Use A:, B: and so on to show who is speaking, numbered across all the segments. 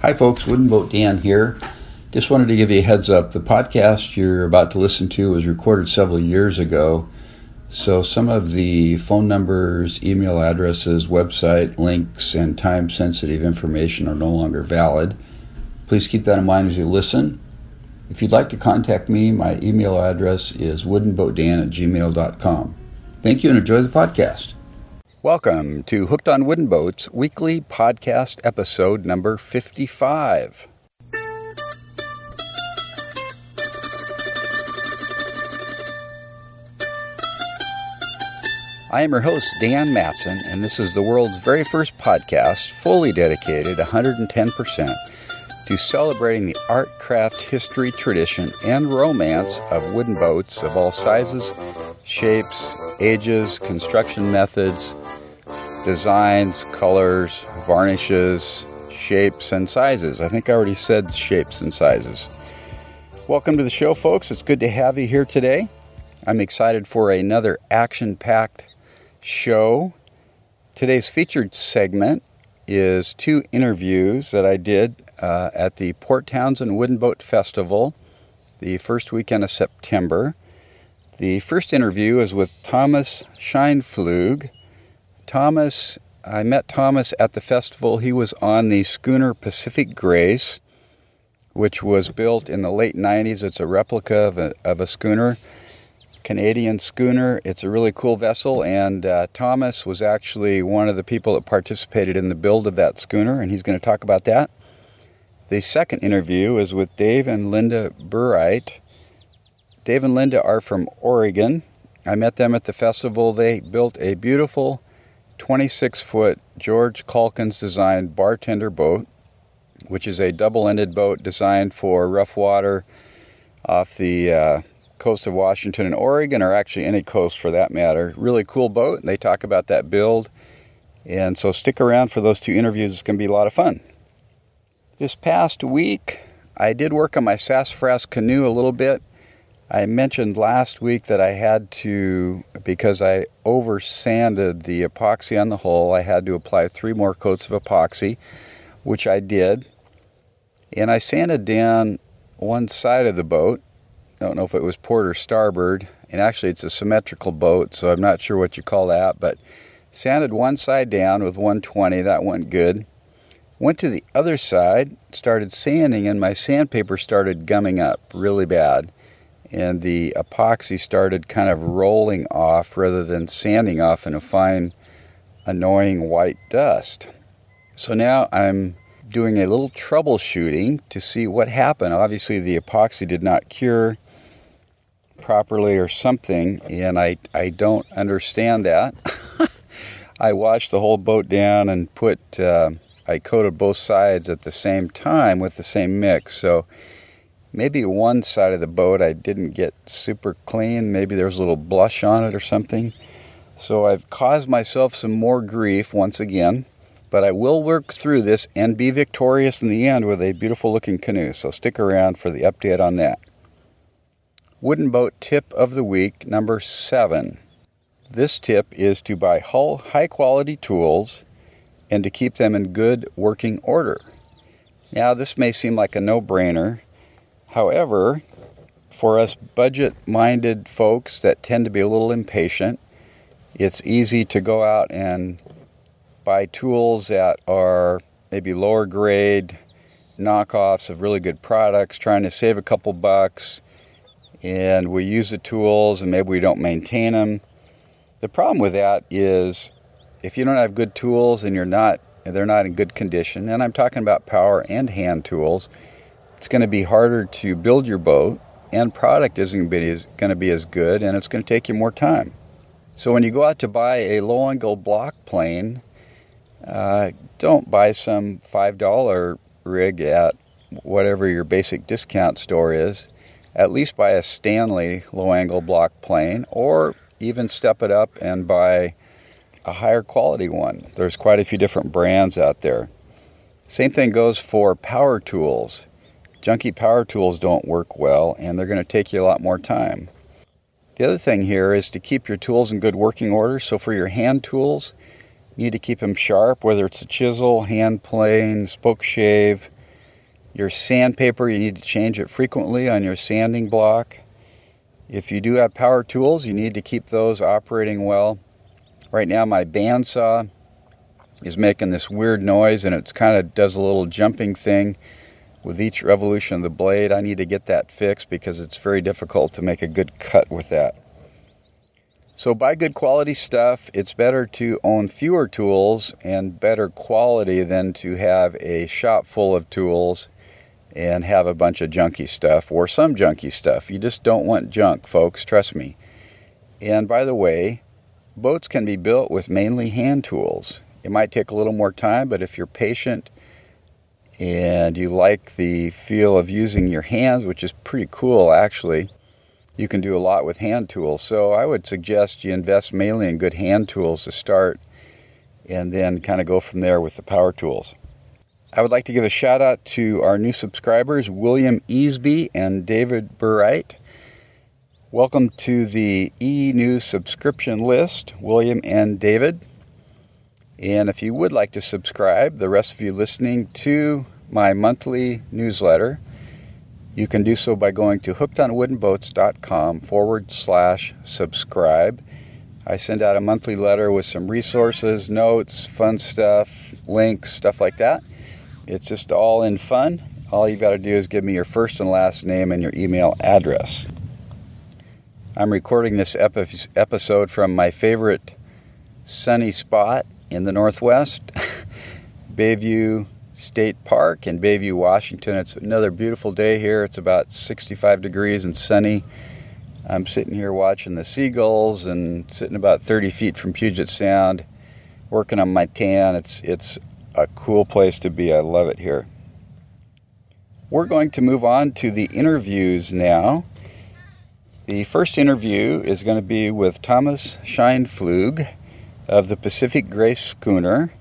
A: Hi, folks. Wooden Boat Dan here. Just wanted to give you a heads up. The podcast you're about to listen to was recorded several years ago, so some of the phone numbers, email addresses, website links, and time sensitive information are no longer valid. Please keep that in mind as you listen. If you'd like to contact me, my email address is woodenboatdan at gmail.com. Thank you and enjoy the podcast. Welcome to Hooked on Wooden Boats weekly podcast episode number 55. I am your host, Dan Matson, and this is the world's very first podcast fully dedicated 110% to celebrating the art, craft, history, tradition, and romance of wooden boats of all sizes, shapes, ages, construction methods, designs, colors, varnishes, shapes, and sizes. I think I already said shapes and sizes. Welcome to the show, folks. It's good to have you here today. I'm excited for another action packed show. Today's featured segment is two interviews that I did uh, at the Port Townsend Wooden Boat Festival the first weekend of September. The first interview is with Thomas Scheinflug. Thomas, I met Thomas at the festival. He was on the schooner Pacific Grace, which was built in the late 90s. It's a replica of a, of a schooner, Canadian schooner. It's a really cool vessel, and uh, Thomas was actually one of the people that participated in the build of that schooner, and he's going to talk about that. The second interview is with Dave and Linda Burite. Dave and Linda are from Oregon. I met them at the festival. They built a beautiful 26 foot George Calkins designed bartender boat, which is a double ended boat designed for rough water off the uh, coast of Washington and Oregon, or actually any coast for that matter. Really cool boat, and they talk about that build. And so stick around for those two interviews. It's going to be a lot of fun. This past week, I did work on my sassafras canoe a little bit. I mentioned last week that I had to, because I over sanded the epoxy on the hull, I had to apply three more coats of epoxy, which I did. And I sanded down one side of the boat. I don't know if it was port or starboard. And actually, it's a symmetrical boat, so I'm not sure what you call that. But sanded one side down with 120. That went good. Went to the other side, started sanding, and my sandpaper started gumming up really bad. And the epoxy started kind of rolling off rather than sanding off in a fine, annoying white dust. So now I'm doing a little troubleshooting to see what happened. Obviously, the epoxy did not cure properly or something, and I, I don't understand that. I washed the whole boat down and put. Uh, I coated both sides at the same time with the same mix. So maybe one side of the boat I didn't get super clean. Maybe there was a little blush on it or something. So I've caused myself some more grief once again. But I will work through this and be victorious in the end with a beautiful looking canoe. So stick around for the update on that. Wooden boat tip of the week number seven. This tip is to buy hull high quality tools and to keep them in good working order. Now, this may seem like a no brainer. However, for us budget minded folks that tend to be a little impatient, it's easy to go out and buy tools that are maybe lower grade knockoffs of really good products, trying to save a couple bucks, and we use the tools and maybe we don't maintain them. The problem with that is if you don't have good tools and you're not they're not in good condition and i'm talking about power and hand tools it's going to be harder to build your boat and product isn't going to be as good and it's going to take you more time so when you go out to buy a low angle block plane uh, don't buy some $5 rig at whatever your basic discount store is at least buy a stanley low angle block plane or even step it up and buy a higher quality one. There's quite a few different brands out there. Same thing goes for power tools. Junky power tools don't work well and they're going to take you a lot more time. The other thing here is to keep your tools in good working order. So for your hand tools, you need to keep them sharp, whether it's a chisel, hand plane, spoke shave, Your sandpaper, you need to change it frequently on your sanding block. If you do have power tools, you need to keep those operating well. Right now, my bandsaw is making this weird noise and it's kind of does a little jumping thing with each revolution of the blade. I need to get that fixed because it's very difficult to make a good cut with that. So, buy good quality stuff. It's better to own fewer tools and better quality than to have a shop full of tools and have a bunch of junky stuff or some junky stuff. You just don't want junk, folks, trust me. And by the way, boats can be built with mainly hand tools. It might take a little more time, but if you're patient and you like the feel of using your hands, which is pretty cool actually, you can do a lot with hand tools. So I would suggest you invest mainly in good hand tools to start and then kind of go from there with the power tools. I would like to give a shout out to our new subscribers, William Easby and David Burright. Welcome to the e News subscription list, William and David. And if you would like to subscribe, the rest of you listening to my monthly newsletter, you can do so by going to hookedonwoodenboats.com forward slash subscribe. I send out a monthly letter with some resources, notes, fun stuff, links, stuff like that. It's just all in fun. All you got to do is give me your first and last name and your email address. I'm recording this epi- episode from my favorite sunny spot in the Northwest, Bayview State Park in Bayview, Washington. It's another beautiful day here. It's about 65 degrees and sunny. I'm sitting here watching the seagulls and sitting about 30 feet from Puget Sound, working on my tan. It's it's a cool place to be. I love it here. We're going to move on to the interviews now. The first interview is going to be with Thomas Scheinflug of the Pacific Grace Schooner.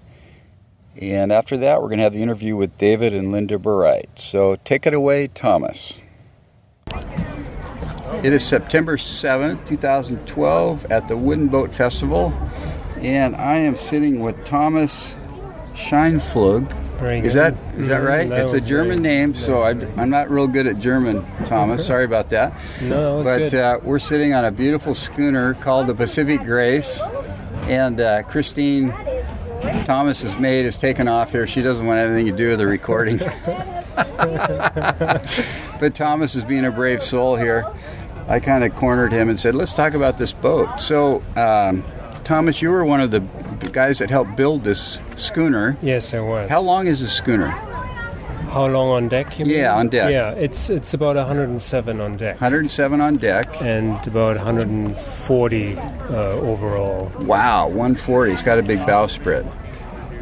A: And after that, we're going to have the interview with David and Linda Burright. So take it away, Thomas. It is September 7th, 2012, at the Wooden Boat Festival. And I am sitting with Thomas Scheinflug.
B: Very
A: Is that
B: good.
A: is that right?
B: Mhm, that
A: it's a
B: was
A: German
B: right.
A: name, so I, I'm not real good at German, Thomas. Sorry about that.
B: No, that
A: but
B: was good.
A: Uh, we're sitting on a beautiful schooner called the Pacific Grace, and uh, Christine Thomas's maid has taken off here. She doesn't want anything to do with the recording. but Thomas is being a brave soul here. I kind of cornered him and said, "Let's talk about this boat." So, um, Thomas, you were one of the guys that helped build this schooner.
B: Yes, I was.
A: How long is this schooner?
B: How long on deck? You mean?
A: Yeah, on deck.
B: Yeah, it's it's about 107 on deck
A: 107 on deck.
B: and about 140 uh, overall.
A: Wow, 140. It's got a big bowsprit.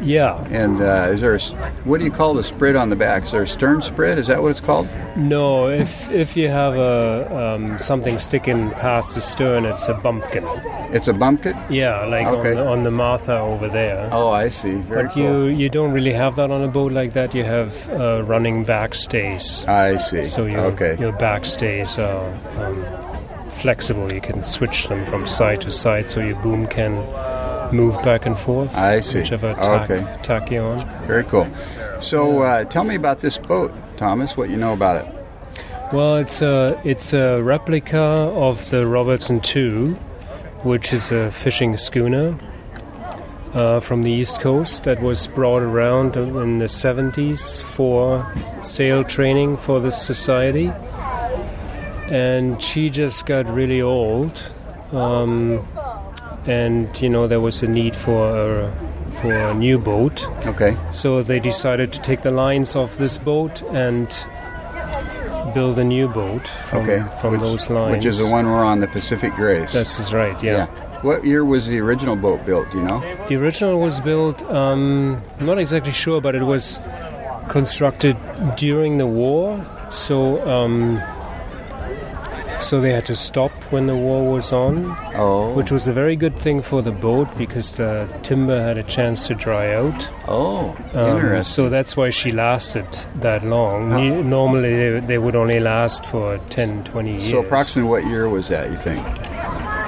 B: Yeah,
A: And uh, is there a, s- what do you call the spread on the back? Is there a stern spread? Is that what it's called?
B: no, if if you have a um, something sticking past the stern, it's a bumpkin.
A: It's a bumpkin?
B: Yeah, like
A: Okay.
B: on, the, on the Martha over there.
A: Oh, I see. Very
B: but
A: cool.
B: you you don't really have that on a boat like that. You have uh, running back stays.
A: I see.
B: So your,
A: okay.
B: your back stays are um, flexible. You can switch them from side to side, so your boom can move back and forth.
A: I see.
B: Whichever tack,
A: Okay.
B: tack you're on.
A: Very cool. So uh, tell me about this boat, Thomas, what you know about it.
B: Well, it's a it's a replica of the Robertson Two, which is a fishing schooner. Uh, from the east coast, that was brought around in the 70s for sail training for this society. and she just got really old, um, and you know there was a need for a, for a new boat,
A: Okay.
B: so they decided to take the lines off this boat and build a new boat from,
A: Okay.
B: from
A: which,
B: those lines.
A: Which is the one we're on, the Pacific Grace.
B: This is right, yeah.
A: What year was the original boat built, do you know?
B: The original was built. Um, I'm not exactly sure, but it was constructed during the war, so. Um, so they had to stop when the war was on
A: Oh.
B: which was a very good thing for the boat because the timber had a chance to dry out.
A: oh,
B: Um,
A: interesting.
B: so that's why she lasted that long. Ne- Normally they, they would only last for 10, 20 years.
A: So approximately what year was that, you think?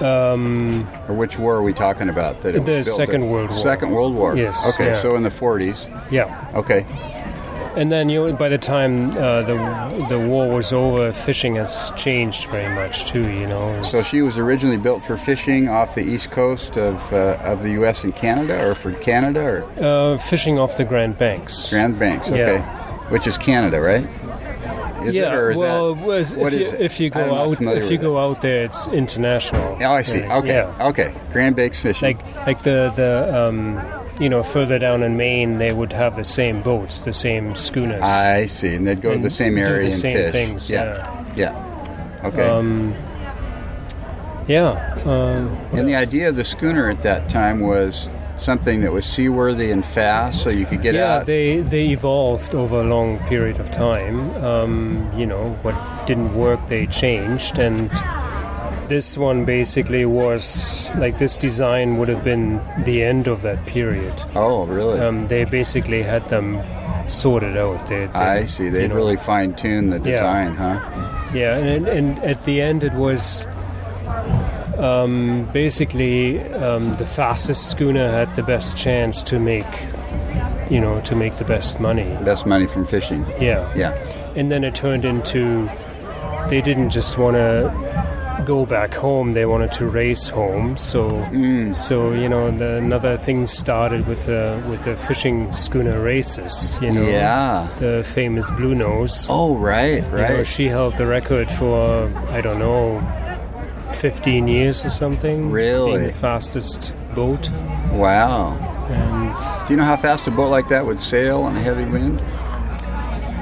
B: Um,
A: Or which war are we talking about? That it
B: The
A: was built
B: Second
A: in?
B: World War.
A: Second World War.
B: Yes,
A: Okay,
B: yeah.
A: so in the 40s.
B: yeah.
A: Okay.
B: And then you know, by the time uh, the the war was over, fishing has changed very much too. You know. It's-
A: So she was originally built for fishing off the east coast of, uh, of the U.S. and Canada, or for Canada or
B: Uh, fishing off the Grand Banks.
A: Grand Banks, okay, which is Canada, right? Is
B: yeah,
A: it, or is
B: well,
A: that,
B: was-
A: what
B: if,
A: is
B: you,
A: it?
B: if you
A: I'm
B: go
A: not
B: out,
A: familiar
B: if you
A: with
B: go out there, it's international.
A: it. Oh, I see.
B: right?
A: Okay,
B: Yeah.
A: okay. Grand Banks fishing.
B: Like like the the um, you know further down in Maine, they would have the same boats, the same schooners.
A: I see, and they'd go to
B: And
A: the same
B: do
A: area and
B: the same
A: fish.
B: things, Um,
A: yeah, yeah. Okay.
B: yeah. Um,
A: and the idea of the schooner at that time was something that was seaworthy and fast, so you could get
B: yeah,
A: out.
B: they they evolved over a long period of time. Um, you know what didn't work, they changed, and this one basically was like this design would have been the end of that period.
A: oh, really?
B: Um, they basically had them sorted out. They, they,
A: I see. They
B: you know,
A: really fine tune the design, huh?
B: yeah, and, and at the end it was um, basically um, the fastest schooner had the best chance to make, you know, to make the best money.
A: Best money from fishing.
B: Yeah.
A: Yeah.
B: And then it turned into they didn't just want to go back home; they wanted to race home. So,
A: Mm.
B: so you know, the, another thing started with the with the fishing schooner races. You know,
A: Yeah.
B: the famous Blue Nose.
A: Oh, right,
B: You know,
A: right.
B: she held the record for I don't know, fifteen years or something.
A: Really?
B: being the fastest boat,
A: Wow.
B: and
A: Do you know how fast a boat like that would sail on a heavy wind?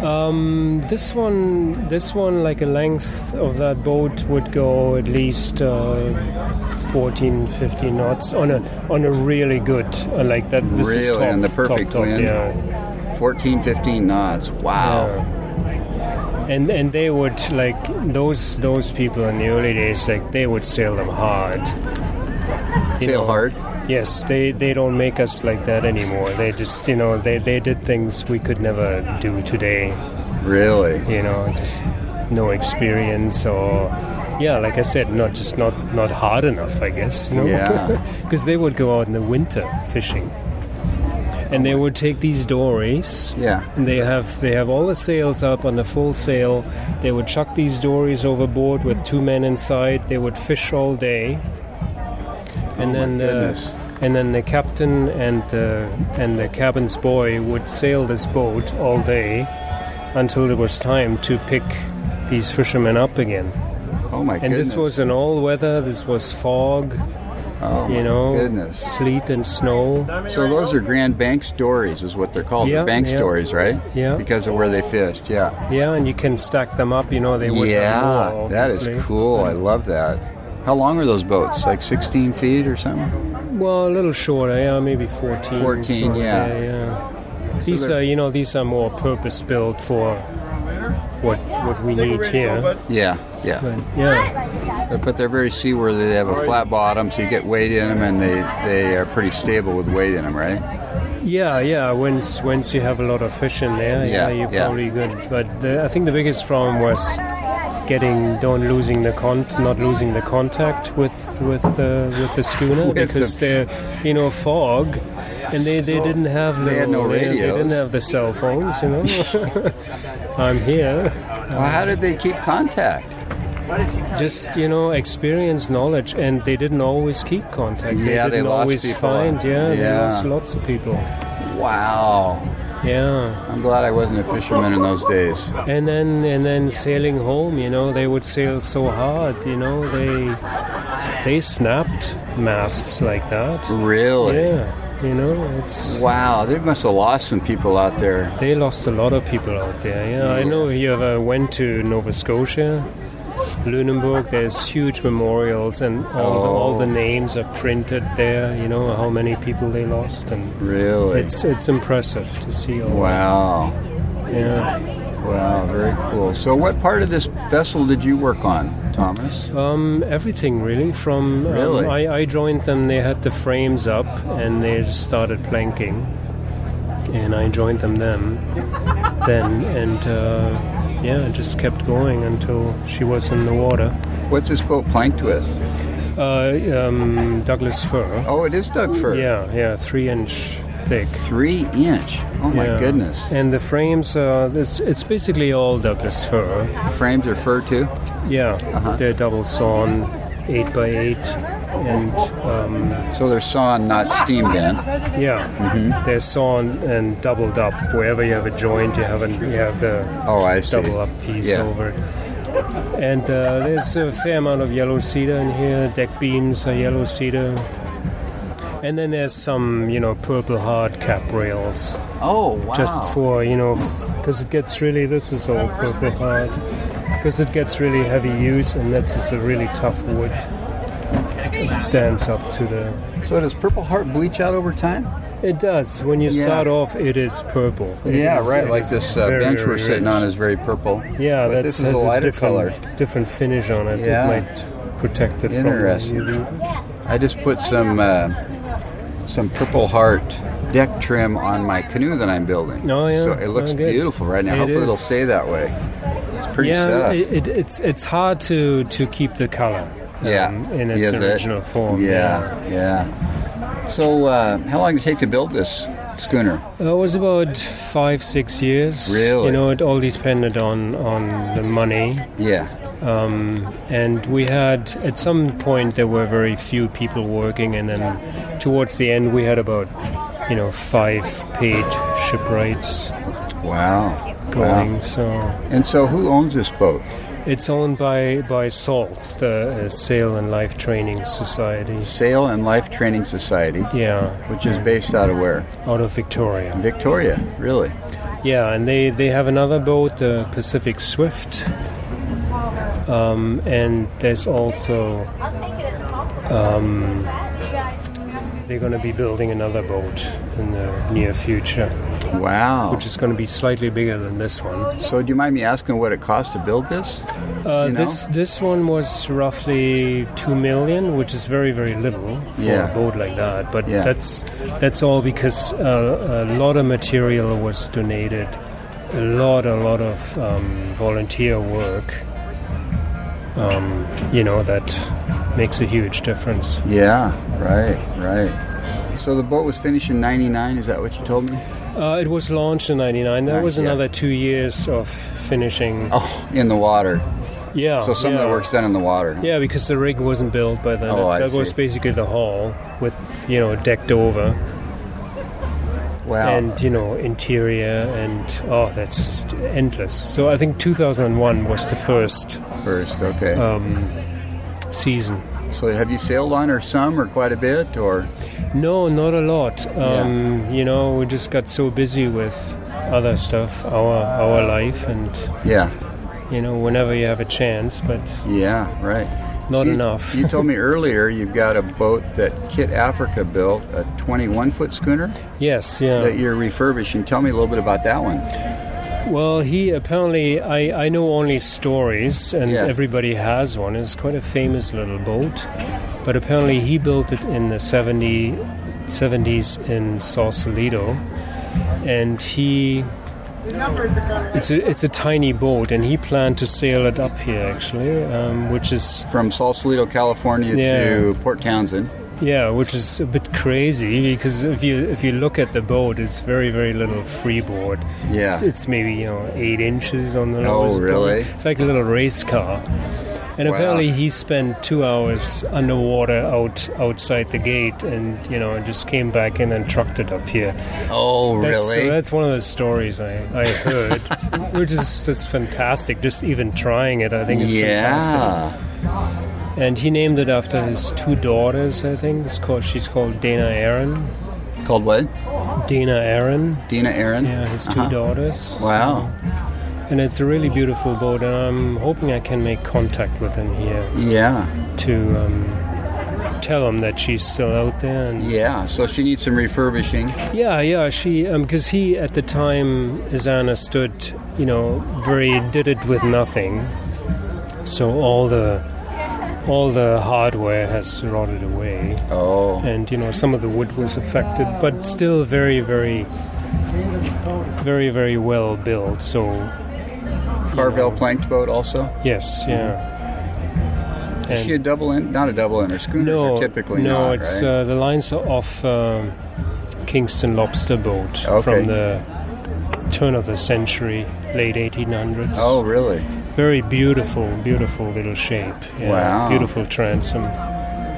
B: Um, this one, this one, like a length of that boat would go at least uh, 14, 15 knots on a on a really good, uh, like that. This
A: Really,
B: is top,
A: on the
B: top,
A: perfect
B: top,
A: wind.
B: Yeah,
A: 14, 15 knots. Wow.
B: and and they would like those those people in the early days, like they would sail them hard. You
A: Sail
B: know,
A: hard.
B: Yes, they, they don't make us like that anymore. They just, you know, they, they did things we could never do today.
A: Really?
B: you know just no experience or yeah like i said not just not not hard enough i guess you know
A: Yeah.
B: because they would go out in the winter fishing and they would take these dories
A: Yeah.
B: and they have they have all the sails up on the full sail they would chuck these dories overboard with two men inside they would fish all day and
A: Oh my
B: then
A: goodness.
B: and then the captain and the and the cabin's boy would sail this boat all day until it was time to pick these fishermen up again.
A: Oh my
B: And
A: goodness.
B: this was an all weather, this was fog,
A: oh, my
B: you know,
A: goodness.
B: sleet and snow.
A: So those are Grand Bank stories, is what they're called.
B: Yeah,
A: they're bank
B: yeah.
A: stories, right?
B: Yeah.
A: Because of where they fished. Yeah.
B: Yeah, and you can stack them up, you know, they would
A: yeah.
B: have more,
A: that is
B: obviously.
A: cool. I love that. How long are those boats? Like 16 feet or something?
B: Well, a little shorter, yeah, maybe
A: 14,
B: 14. sort of,
A: yeah.
B: yeah, yeah. These
A: they're-
B: are, you know, these are more purpose built for what what we need here.
A: Yeah. Yeah.
B: But, yeah,
A: But they're very seaworthy. They have a flat bottom, so you get weight in them, and they, they are pretty stable with weight in them, right?
B: yeah, yeah. Once once you have a lot of fish in there,
A: Yeah,
B: yeah, you're
A: yeah.
B: probably good. But the, I think the biggest problem was getting don't losing the con not losing the contact with with uh, with the schooner
A: With
B: because they're you know fog. And they, they
A: So,
B: didn't have
A: they had
B: little-
A: no
B: they- they didn't
A: radios.
B: have the cell phones, you know. I'm here.
A: Well, how did they keep contact?
B: just you know experience knowledge and they didn't always keep contact
A: Yeah, they
B: they didn't
A: lost
B: always
A: people.
B: find yeah, they
A: Yeah.
B: lost lots of people
A: Wow.
B: yeah
A: I'm glad I wasn't a fisherman in those days.
B: and then and then sailing home you know they would sail so hard you know they they snapped masts like that
A: Really?
B: yeah you know it's
A: Wow, they must have lost some people out there.
B: they lost a lot of people out there yeah i know you ever went to nova scotia Lunenburg, there's huge memorials, and all, the, all the names are printed there. You know how many people they lost, and
A: Really?
B: It's it's impressive to see all
A: wow.
B: that. Yeah.
A: Wow, very cool. So, what part of this vessel did you work on, Thomas?
B: Um, everything really. From um,
A: Really?
B: I, I joined them. They had the frames up and they just started planking, and I joined them then. Then and uh, yeah, it just kept going until she was in the water.
A: What's this boat planked with?
B: Uh, um, Douglas fir.
A: Oh, it is Doug Fir.
B: Yeah, yeah, three inch, thick.
A: Three inch. Oh my
B: Yeah.
A: goodness.
B: And the frames, uh, it's, it's basically all Douglas fir.
A: Frames are fur too.
B: Yeah,
A: Uh-huh.
B: they're double sawn, 8 by 8 and um,
A: So they're sawn, not steamed in.
B: yeah,
A: Mm-hmm.
B: they're sawn and doubled up. Wherever you have a joint, you have, an, you have the
A: Oh, I see.
B: double up piece
A: Yeah.
B: over. And uh, there's a fair amount of yellow cedar in here. Deck beams are yellow cedar. And then there's some, you know, purple hard cap rails,
A: Oh wow.
B: just for you know, because it gets really. This is all purple hard, because it gets really heavy use, and this is a really tough wood. It stands up to the.
A: so does Purple Heart bleach out over time?
B: It does. When you
A: Yeah.
B: start off, it is purple. It
A: yeah,
B: is-
A: right.
B: it
A: Like
B: is
A: this uh,
B: very
A: bench we're
B: rich.
A: sitting on is very purple.
B: Yeah,
A: But
B: that's
A: this is
B: has
A: a lighter color.
B: different, different finish on it.
A: Yeah.
B: It might protect it
A: Interesting.
B: from the UV.
A: I just put some uh, some Purple Heart deck trim on my canoe that I'm building.
B: Oh, yeah.
A: So it looks
B: Oh, good.
A: beautiful right now.
B: It
A: Hopefully it'll
B: is.
A: stay that way. It's pretty
B: Yeah,
A: stuff.
B: it, it, it's it's hard to, to keep the color. um,
A: yeah.
B: in its
A: Is it?
B: original form.
A: Yeah, yeah. So uh, how long did it take to build this schooner?
B: yeah. Uh, it was about five six years.
A: Really?
B: you know, it all depended on on the money.
A: Yeah.
B: Um, and we had, at some point, there were very few people working, and then towards the end, we had about, you know, five paid shipwrights
A: Wow.
B: going.
A: Wow.
B: So
A: And so who owns this boat?
B: it's owned by by SALTS, the uh, Sail and Life Training Society.
A: Sail and Life Training Society,
B: Yeah,
A: which is based out of where?
B: out of Victoria.
A: Victoria, really.
B: Yeah, and they, they have another boat, the Pacific Swift. Um, and there's also um,
C: I'll take it as a compliment.
B: they're going to be building another boat in the near future.
A: Wow.
B: which is going to be slightly bigger than this one.
A: So do you mind me asking what it costs to build this?
B: Uh,
A: You know?
B: This this one was roughly two million, which is very very little for
A: Yeah.
B: a boat like that. But
A: Yeah.
B: that's that's all because uh, a lot of material was donated, a lot a lot of um, volunteer work. Um, you know that makes a huge difference.
A: Yeah, right, right. So the boat was finished in 99, is that what you told me?
B: Uh, it was launched in '99. That
A: Nice,
B: was
A: yeah.
B: another two years of finishing.
A: Oh, in the water.
B: Yeah.
A: Oh, So some of
B: yeah.
A: the work's done in the water.
B: Yeah, because the rig wasn't built by then.
A: Oh, I
B: that was
A: see.
B: basically the hull with, you know, decked over
A: Wow.
B: and, you know, interior and, oh, that's just endless. So I think 2001 was the first
A: First, okay.
B: Uh. season.
A: so have you sailed on her some or quite a bit or?
B: No, not a lot. Um, You know, we just got so busy with other stuff, our our life, and,
A: Yeah,
B: you know, whenever you have a chance, but
A: yeah, right.
B: Not
A: So you-
B: enough.
A: you told me earlier you've got a boat that Kit Africa built, a 21 foot schooner
B: yes, yeah.
A: that you're refurbishing. Tell me a little bit about that one.
B: Well, he apparently, I, I know only stories, and
A: Yeah.
B: everybody has one. It's quite a famous little boat. But apparently, he built it in the 70, 70s in Sausalito. And he. It's a, it's a tiny boat, and he planned to sail it up here, actually, um, which is
A: From Sausalito, California to Port Townsend.
B: yeah, which is a bit crazy because if you if you look at the boat, it's very very little freeboard.
A: Yeah.
B: it's, it's maybe you know eight inches on the
A: Oh,
B: lowest. board.
A: really?
B: It's like a little race car. And
A: Wow.
B: apparently he spent two hours underwater out outside the gate, and you know just came back in and trucked it up here.
A: Oh,
B: That's, uh,
A: really?
B: that's one of the stories I, I heard, which is just fantastic. Just even trying it, I think it's fantastic.
A: yeah.
B: And he named it after his two daughters, I think. It's called, she's called Dana Aaron.
A: Called what?
B: Dana Aaron.
A: Dina Aaron?
B: Yeah, his 2
A: Uh-huh.
B: daughters.
A: Wow.
B: And it's a really beautiful boat, and I'm hoping I can make contact with him here
A: Yeah.
B: to um, tell him that she's still out there. And
A: Yeah. So she needs some refurbishing.
B: yeah, yeah, she, because he at the time, as I understood, you know, very did it with nothing. So all the all the hardware has rotted away.
A: Oh.
B: and you know some of the wood was affected, but still very, very, very, very well built. So
A: Carvel planked boat also?
B: yes, yeah.
A: Is she a double in? Not a double in. Her schooners
B: no,
A: are typically
B: no,
A: not,
B: it's
A: right?
B: uh, the lines are off. um Kingston lobster boat
A: Okay.
B: from the turn of the century, late 1800s.
A: Oh, really?
B: Very beautiful, beautiful little shape. Yeah,
A: Wow.
B: Beautiful transom.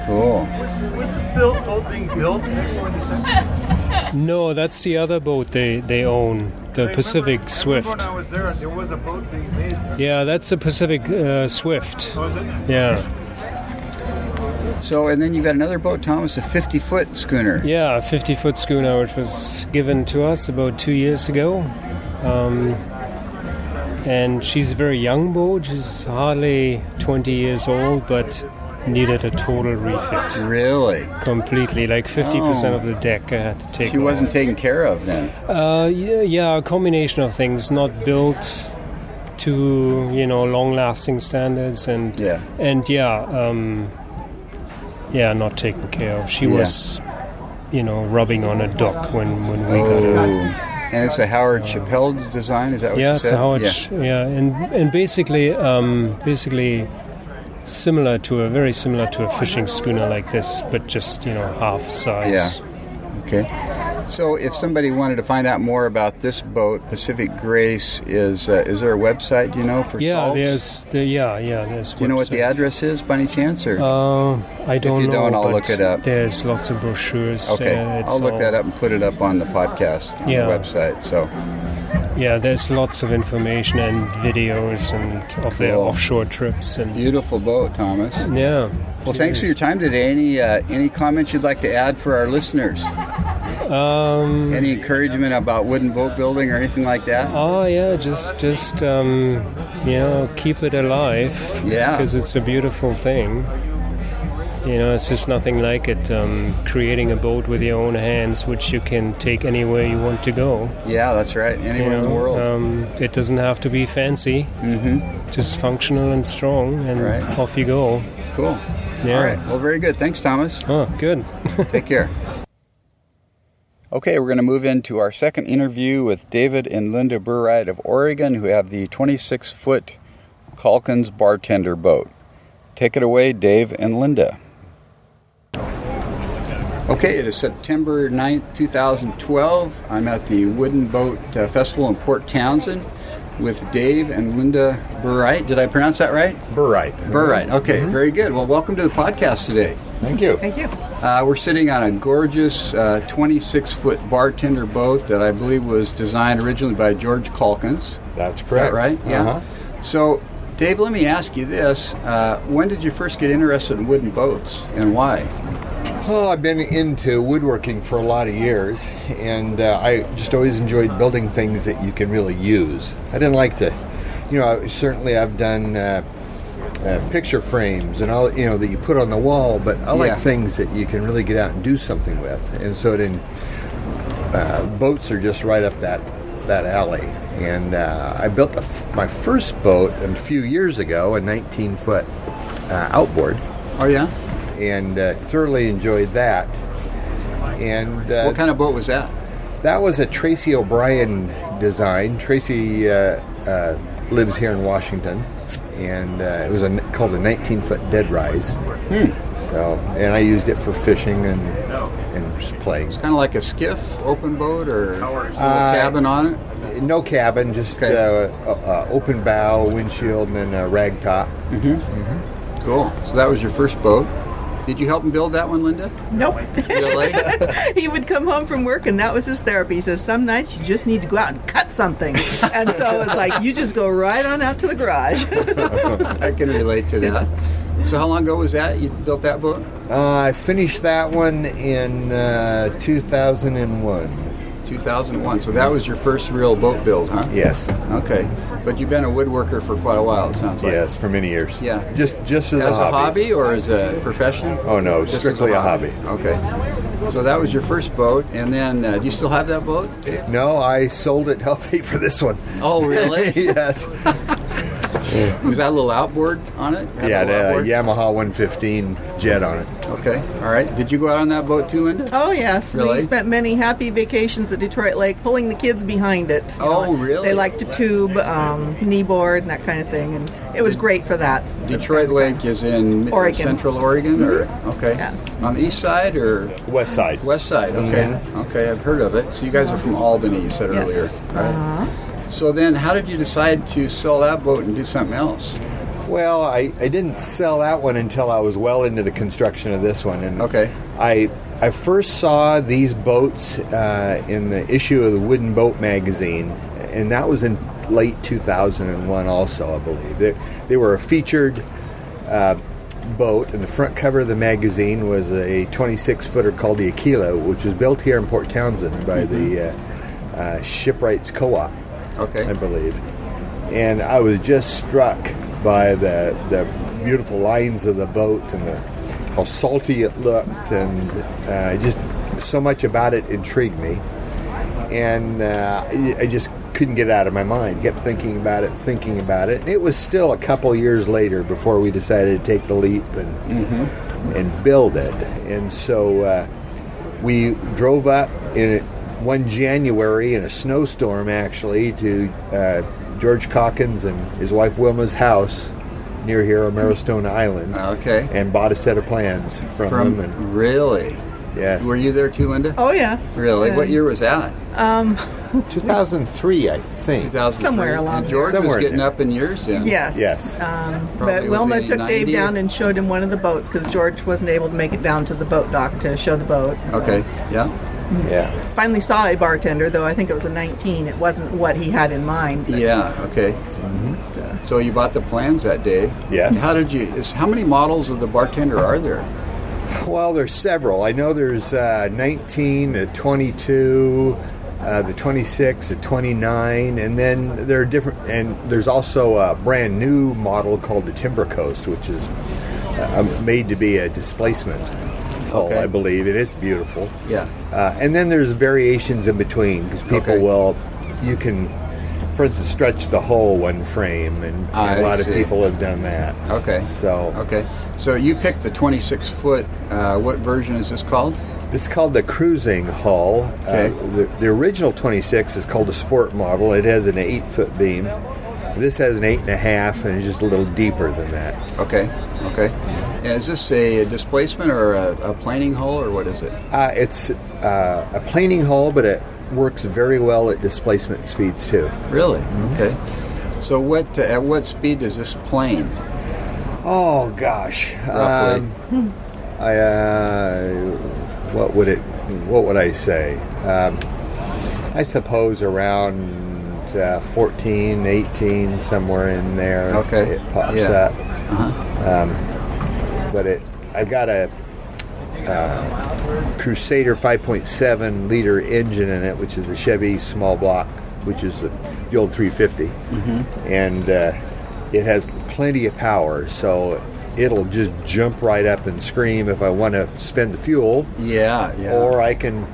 A: Cool.
C: Was, was this built, boat being built next door this century?
B: No, that's the other boat they, they own, the Pacific
C: I
B: Swift.
C: remember when I was there, there was a boat being made. there.
B: Yeah, that's the Pacific uh, Swift.
C: Was it?
B: Yeah,
A: So, and then you got another boat, Thomas, a 50 foot schooner.
B: yeah, a 50 foot schooner, which was given to us about two years ago. Um, and she's a very young boat, she's hardly 20 years old, but needed a total refit
A: Really?
B: completely like 50%
A: Oh.
B: of the deck I had to take
A: She wasn't
B: off.
A: taken care of then.
B: Uh, yeah, yeah, a combination of things, not built to you know long-lasting standards, and
A: Yeah.
B: and yeah, um, yeah, not taken care of. She
A: Yeah.
B: was, you know, rubbing on a dock when when we got her.
A: Oh. And it's a Howard Chappell design, is that what
B: Yeah,
A: you
B: it's
A: said?
B: a Howard. sh- Yeah, and and basically, um, basically. Similar to a very similar to a fishing schooner like this, but just you know half size.
A: Yeah. Okay. So, if somebody wanted to find out more about this boat, Pacific Grace, is uh, is there a website you know for
B: yeah.
A: salts?
B: There's the yeah, yeah. There's.
A: Do you know what the
B: website.
A: address is, by any chance? Or
B: Uh, I don't
A: you
B: know.
A: don't, I'll
B: but
A: look it up.
B: There's lots of brochures.
A: okay,
B: uh, it's
A: I'll look
B: all-
A: that up and put it up on the podcast on
B: Yeah.
A: the website. So,
B: Yeah, there's lots of information and videos and of their
A: Cool.
B: offshore trips and
A: beautiful boat, Thomas.
B: yeah.
A: Well, thanks for your time today. Any uh, any comments you'd like to add for our listeners?
B: Um.
A: Any encouragement about wooden boat building or anything like that?
B: Oh yeah, just just um, you know, keep it alive.
A: Yeah.
B: Because it's a beautiful thing. You know, it's just nothing like it. Um, creating a boat with your own hands, which you can take anywhere you want to go.
A: Yeah, that's right.
B: you
A: Anywhere in the
B: know.
A: world.
B: Um, it doesn't have to be fancy.
A: mm-hmm.
B: just functional and strong, and
A: Right.
B: off you go.
A: Cool.
B: Yeah.
A: All right. Well, very good. Thanks, Thomas.
B: Oh, good.
A: Take care. Okay, we're going to move into our second interview with David and Linda Burright of Oregon, who have the 26 foot Calkins bartender boat. Take it away, Dave and Linda. Okay, it is September 9th, 2012. I'm at the Wooden Boat uh, Festival in Port Townsend with Dave and Linda Burright. Did I pronounce that right?
D: Burrite.
A: Burright. Okay, very good. Well, welcome to the podcast today.
D: Thank you.
E: Thank you.
A: Uh, we're sitting on a gorgeous 26 foot bartender boat that I believe was designed originally by George Calkins. Is
D: That's
A: that
D: correct.
A: right?
D: Uh-huh.
A: So, Dave, let me ask you this. Uh, when did you first get interested in wooden boats and why?
D: Well, I've been into woodworking for a lot of years, and uh, I just always enjoyed building things that you can really use. I didn't like to, you know, I, certainly I've done uh, uh, picture frames and all, you know, that you put on the wall, but
A: Yeah.
D: I like things that you can really get out and do something with. And so then uh, boats are just right up that that alley. And uh, I built a f- my first boat a few years ago, a 19 foot uh, outboard.
A: Oh, yeah?
D: and uh, thoroughly enjoyed that. And uh,
A: what kind of boat was that?
D: that was a Tracy O'Brien design. Tracy uh, uh, lives here in Washington, and uh, it was a, called a 19 foot dead rise.
A: Hmm.
D: So, and I used it for fishing and and just playing.
A: Kind of like a skiff, open boat, or a little
D: Uh,
A: cabin on it?
D: No cabin, just
A: Okay.
D: uh, uh, open bow, windshield, and a rag top.
A: Cool. So, that was your first boat. Did you help him build that one, Linda?
E: Nope.
A: Really?
E: he would come home from work, and that was his therapy. He says, Some nights you just need to go out and cut something. And so it's like, you just go right on out to the garage.
A: I can relate to that. So, how long ago was that you built that boat?
D: Uh, I finished that one in uh, 2001.
A: 2001. So that was your first real boat build, huh?
D: Yes.
A: Okay. But you've been a woodworker for quite a while, it sounds like.
D: Yes, for many years.
A: Yeah.
D: Just just as,
A: As a hobby or as a profession?
D: Oh, no,
A: as
D: strictly a
A: Okay. So that was your first boat, and then uh, do you still have that boat?
D: No, I sold it healthy for this one.
A: Oh, really?
D: yes.
A: Was that a little outboard on it? Had a
D: Yeah,
A: little
D: the uh,
A: outboard?
D: Yamaha 115 jet on it.
A: Okay, all right. Did you go out on that boat too, Linda?
E: Oh yes,
A: Really?
E: we spent many happy vacations at Detroit Lake, pulling the kids behind it. You
A: Oh, really?
E: They like to tube, um, kneeboard, and that kind of thing, and it was great for that.
A: Detroit Lake is in
E: Oregon. Mm-hmm.
A: central Oregon, or okay,
E: Yes.
A: on the east side or
F: West Side.
A: west side. Okay, okay, I've heard of it. So you guys are from Albany, you said
E: Yes.
A: earlier. All right. So then, how did you decide to sell that boat and do something else?
D: Well, I, I didn't sell that one until I was well into the construction of this one. And
A: Okay.
D: I I first saw these boats uh, in the issue of the Wooden Boat magazine, and that was in late 2001. Also, I believe they, they were a featured uh, boat, and the front cover of the magazine was a 26 footer called the Aquila, which was built here in Port Townsend by the uh, uh, Shipwrights Co-op.
A: Okay,
D: I believe. And I was just struck by the the beautiful lines of the boat and the, how salty it looked, and uh, just so much about it intrigued me. And uh, I I just couldn't get it out of my mind. Kept thinking about it, thinking about it. And it was still a couple years later before we decided to take the leap and and build it. And so uh, we drove up in one January in a snowstorm, actually, to uh, George Calkins and his wife Wilma's house near here on Marrowstone Island.
A: Ah, Okay.
D: And bought a set of plans from, them. And,
A: from really.
D: yes.
A: Were you there too, Linda?
E: Oh yes.
A: Really? What
E: And-
A: year was that?
D: 2003, I think.
A: 2003.
E: Somewhere
A: And
E: along there.
A: George
D: Somewhere
A: was
D: in
A: getting
D: there.
A: up in years then.
E: Yes.
D: Yes.
E: Um,
A: Probably
E: but
A: was
E: Wilma
A: in
E: took
A: 90
E: Dave down and showed him one of the boats because George wasn't able to make it down to the boat dock to show the boat. So
A: Okay. Yeah.
D: Yeah.
E: Finally saw a bartender, though I think it was a 19. It wasn't what he had in mind. but-
A: Yeah. Okay. So you bought the plans that day.
D: Yes.
A: And How did you? Is, how many models of the bartender are there?
D: Well, there's several. I know there's uh, 19, uh, 22, uh, the 26, the 29, and then there are different. And there's also a brand new model called the Timber Coast, which is uh, made to be a displacement hull,
A: Okay.
D: I believe, and it's beautiful.
A: Yeah.
D: Uh, and then there's variations in between because people
A: Okay.
D: will, you can, for instance, stretch the whole one frame, and
A: I
D: a lot
A: see.
D: of people have done that.
A: Okay.
D: So
A: Okay. So you picked the 26 foot. Uh, what version is this called?
D: It's called the cruising hull.
A: Okay.
D: Uh, the, the original 26 is called the sport model. It has an eight foot beam. This has an eight and a half, and it's just a little deeper than that.
A: Okay. Okay. And is this a, displacement or a, a planing hull or what is it?
D: Uh, it's uh, a planing hull, but it works very well at displacement speeds too.
A: Really? Mm-hmm. Okay. So what? at what speed does this plane?
D: Oh gosh,
A: Roughly.
D: Um, I uh, what would it? What would I say? Um, I suppose around uh, 14, 18, somewhere in there.
A: Okay.
D: it pops
A: Yeah. Uh-huh.
D: up. Um, but it, I've got a. Uh, Crusader 5.7 liter engine in it, which is a Chevy small block, which is the, the old 350,
A: Mm-hmm.
D: and uh, it has plenty of power, so it'll just jump right up and scream if I want to spend the fuel
A: Yeah. Yeah.
D: or I can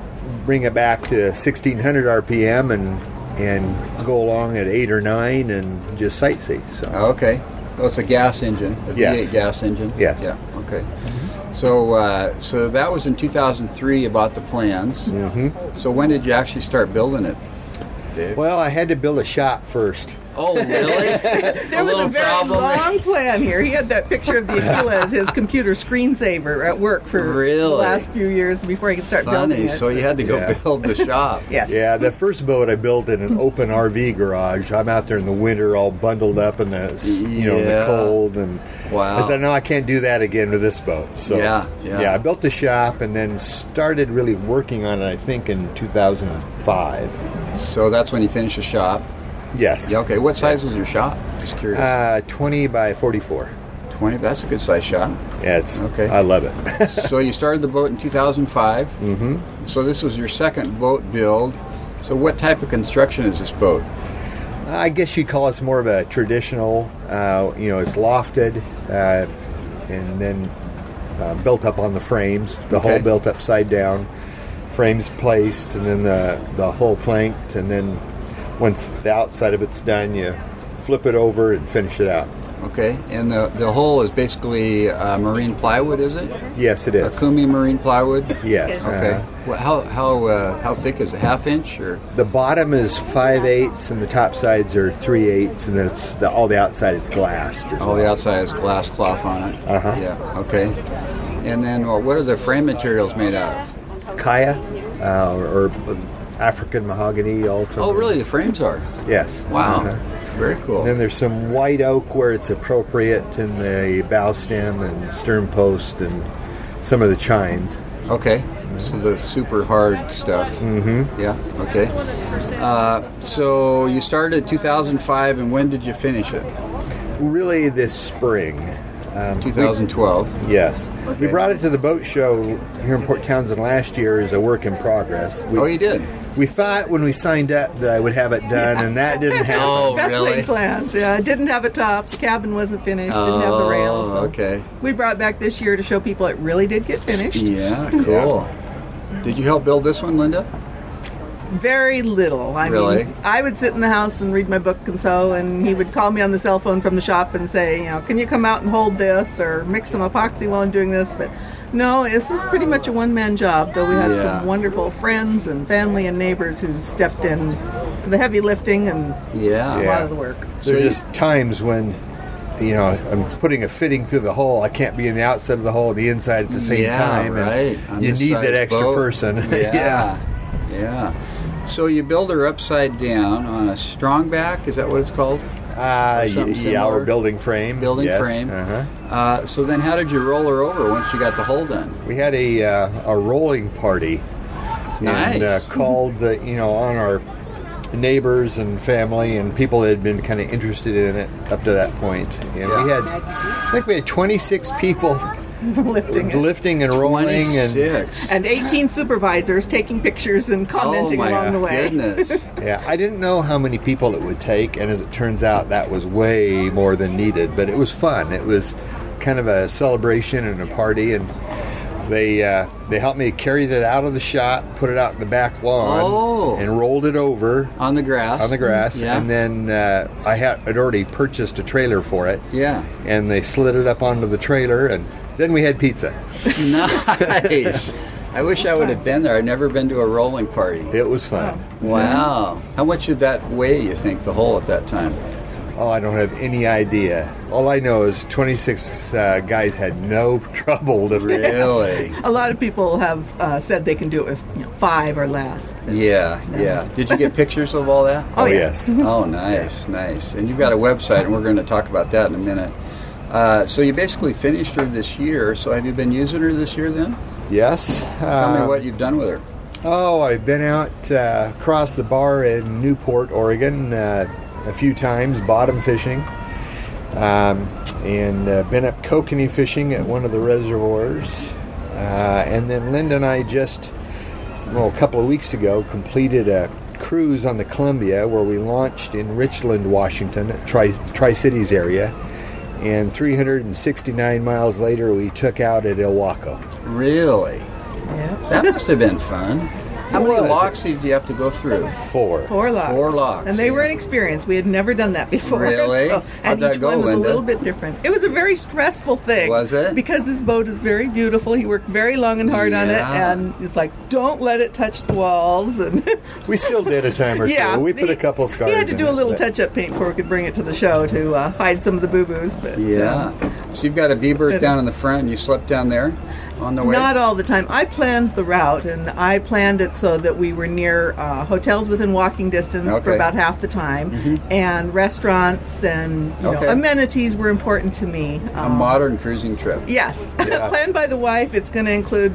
D: bring it back to 1600 RPM and and go along at eight or nine and just sightsee. So
A: Okay. Oh, it's a gas engine, a
D: Yes.
A: V8 gas engine.
D: Yes.
A: Yeah. Okay. So, uh, so that was in 2003 about the plans. Mm-hmm. So when did you actually start building it? Dave?
D: well, I had to build a shop first.
A: Oh, really?
E: There was a
A: little
E: very
A: problem there.
E: long plan here. He had that picture of the Aquila as his computer screensaver at work for the
A: Really?
E: last few years before he could start building
A: Funny.
E: it.
A: So you had to go
D: Yeah.
A: build the shop.
E: yes.
D: Yeah, the first boat I built in an open RV garage. I'm out there in the winter, all bundled up in the you know in
A: Yeah.
D: the cold, and
A: Wow.
D: I said, no, I can't do that again with this boat. So
A: Yeah, yeah.
D: I built the shop and then started really working on it. I think in 2005.
A: So that's when you finished the shop.
D: Yes.
A: Yeah. Okay. What size was your shop? Just curious.
D: Uh, 20 by 44.
A: 20. That's a good size shop.
D: Yeah, it's
A: Okay.
D: I love it.
A: so you started the boat in 2005. Mm-hmm. So this was your second boat build. So what type of construction is this boat?
D: I guess you'd call us more of a traditional. Uh, you know, it's lofted uh, and then uh, built up on the frames. The
A: Okay.
D: hull built upside down, frames placed, and then the the hull planked, and then once the outside of it's done, you flip it over and finish it out.
A: Okay, and the, the hull is basically uh, marine plywood, is it?
D: Yes, it is.
A: Akumi marine plywood.
D: Yes.
A: Okay.
D: uh-huh.
A: Well, how how uh, how thick is it? Half inch or?
D: The bottom is five eighths, and the top sides are three eighths, and then it's the, all the outside is glassed. as
A: Oh,
D: well.
A: the outside has glass cloth on it.
D: Uh-huh.
A: Yeah. Okay. And then, well, what are the frame materials made out of?
D: Kaya, uh, or or African mahogany, also.
A: Oh, really? The frames are.
D: Yes.
A: Wow.
D: Uh-huh.
A: Very cool.
D: Then there's some white oak where it's appropriate in the bow stem and stern post and some of the chines.
A: Okay. So the super hard stuff. Mm-hmm. Yeah. Okay. Uh, so you started 2005, and when did you finish it?
D: Really, this spring. Um,
A: 2012.
D: Yes.
A: Okay.
D: We brought it to the boat show here in Port Townsend last year as a work in progress. We,
A: Oh, you did.
D: we thought when we signed up that I would have it done, and that didn't happen.
A: Oh,
E: Best
A: really?
E: laid plans. Yeah, it didn't have a top. The cabin wasn't finished. Didn't have the rails.
A: Oh, okay.
E: We brought back this year to show people it really did get finished.
A: Yeah. Cool. Did you help build this one, Linda?
E: Very little. I
A: Really?
E: mean, I would sit in the house and read my book and so, and he would call me on the cell phone from the shop and say, you know, can you come out and hold this or mix some epoxy while I'm doing this? But no, this is pretty much a one man job, though we had
A: Yeah.
E: some wonderful friends and family and neighbors who stepped in for the heavy lifting and
A: Yeah.
E: a
D: Yeah.
E: lot of the work.
D: There are just times when, you know, I'm putting a fitting through the hole. I can't be in the outside of the hole and the inside at the same
A: yeah,
D: time. and
A: Right. On
D: You
A: this
D: need
A: side
D: that extra
A: boat.
D: person.
A: Yeah. yeah. So you build her upside down on a strong back. Is that what it's called?
D: Uh,
A: Or something
D: yeah,
A: similar.
D: or building frame.
A: Building
D: yes,
A: frame.
D: Uh-huh.
A: Uh, so then, how did you roll her over once you got the hole done?
D: We had a uh, a rolling party, and
A: Nice.
D: uh, called the you know on our neighbors and family and people that had been kind of interested in it up to that point. And we
A: Yeah.
D: had, I think we had 26 people
E: lifting it.
D: lifting and rolling and.
A: Twenty-six.
E: And 18 supervisors taking pictures and
A: oh
E: commenting
A: my
E: along the way.
A: goodness!
D: Yeah, I didn't know how many people it would take, and as it turns out, that was way more than needed. But it was fun. It was kind of a celebration and a party, and they uh, they helped me carry it out of the shop, put it out in the back lawn,
A: Oh.
D: and rolled it over
A: on the grass.
D: on the grass.
A: Yeah.
D: And then uh, I had I'd already purchased a trailer for it,
A: yeah.
D: and they slid it up onto the trailer, and then we had pizza.
A: Nice. I wish I would have been there. I've never been to a rolling party.
D: It was fun.
A: Wow. How much did that weigh? You think the hole at that time?
D: Oh, I don't have any idea. All I know is 26 uh, guys had no trouble to
A: Really?
E: A lot of people have uh, said they can do it with you know, five or less.
A: Yeah, yeah. Did you get pictures of all that?
E: Oh,
D: Oh,
E: yes.
D: yes.
A: Oh, nice, nice. And you've got a website, and we're going to talk about that in a minute. Uh, so you basically finished her this year. So have you been using her this year then?
D: Yes.
A: Tell me
E: Uh,
D: Um,
A: what you've done with her.
D: Oh, I've been out uh, across the bar in Newport, Oregon, uh, a few times bottom fishing, um, and uh, been up kokanee fishing at one of the reservoirs, uh, and then Linda and I just, well, a couple of weeks ago, completed a cruise on the Columbia where we launched in Richland, Washington, Tri Tri Cities area, and 369 miles later, we took out at Ilwaco.
A: Really?
E: Yeah.
A: That must have been fun. How
D: It
A: many
D: was.
A: loxies do you have to go through?
D: Four.
E: Four locks.
A: Four locks,
E: And they were
A: yeah.
E: an experience. We had never done that before.
A: Really?
E: So,
A: How'd
E: and
A: that
E: each
A: go,
E: one was
A: Linda?
E: a little bit different. It was a very stressful thing.
A: Was it?
E: Because this boat is very beautiful. He worked very long and hard on it.
A: Yeah.
E: And it's like, don't let it touch the walls. And
D: We still did a time or
E: yeah.
D: two. We put
E: he-
D: a couple scars.
E: He had to
D: in
E: do a
D: it,
E: little
D: but-
E: touch up paint before we could bring it to the show to uh, hide some of the boo boos. But uh,
A: Yeah. So you've got a V-berth
E: Good.
A: down in the front, and you slept down there on the way?
E: Not all the time. I planned the route, and I planned it so that we were near uh, hotels within walking distance for
A: Okay. Mm-hmm.
E: about half the time, and restaurants and you
A: Okay.
E: know, amenities were important to me.
A: a
E: Um,
A: modern cruising trip.
E: yes, planned by the wife. It's going to include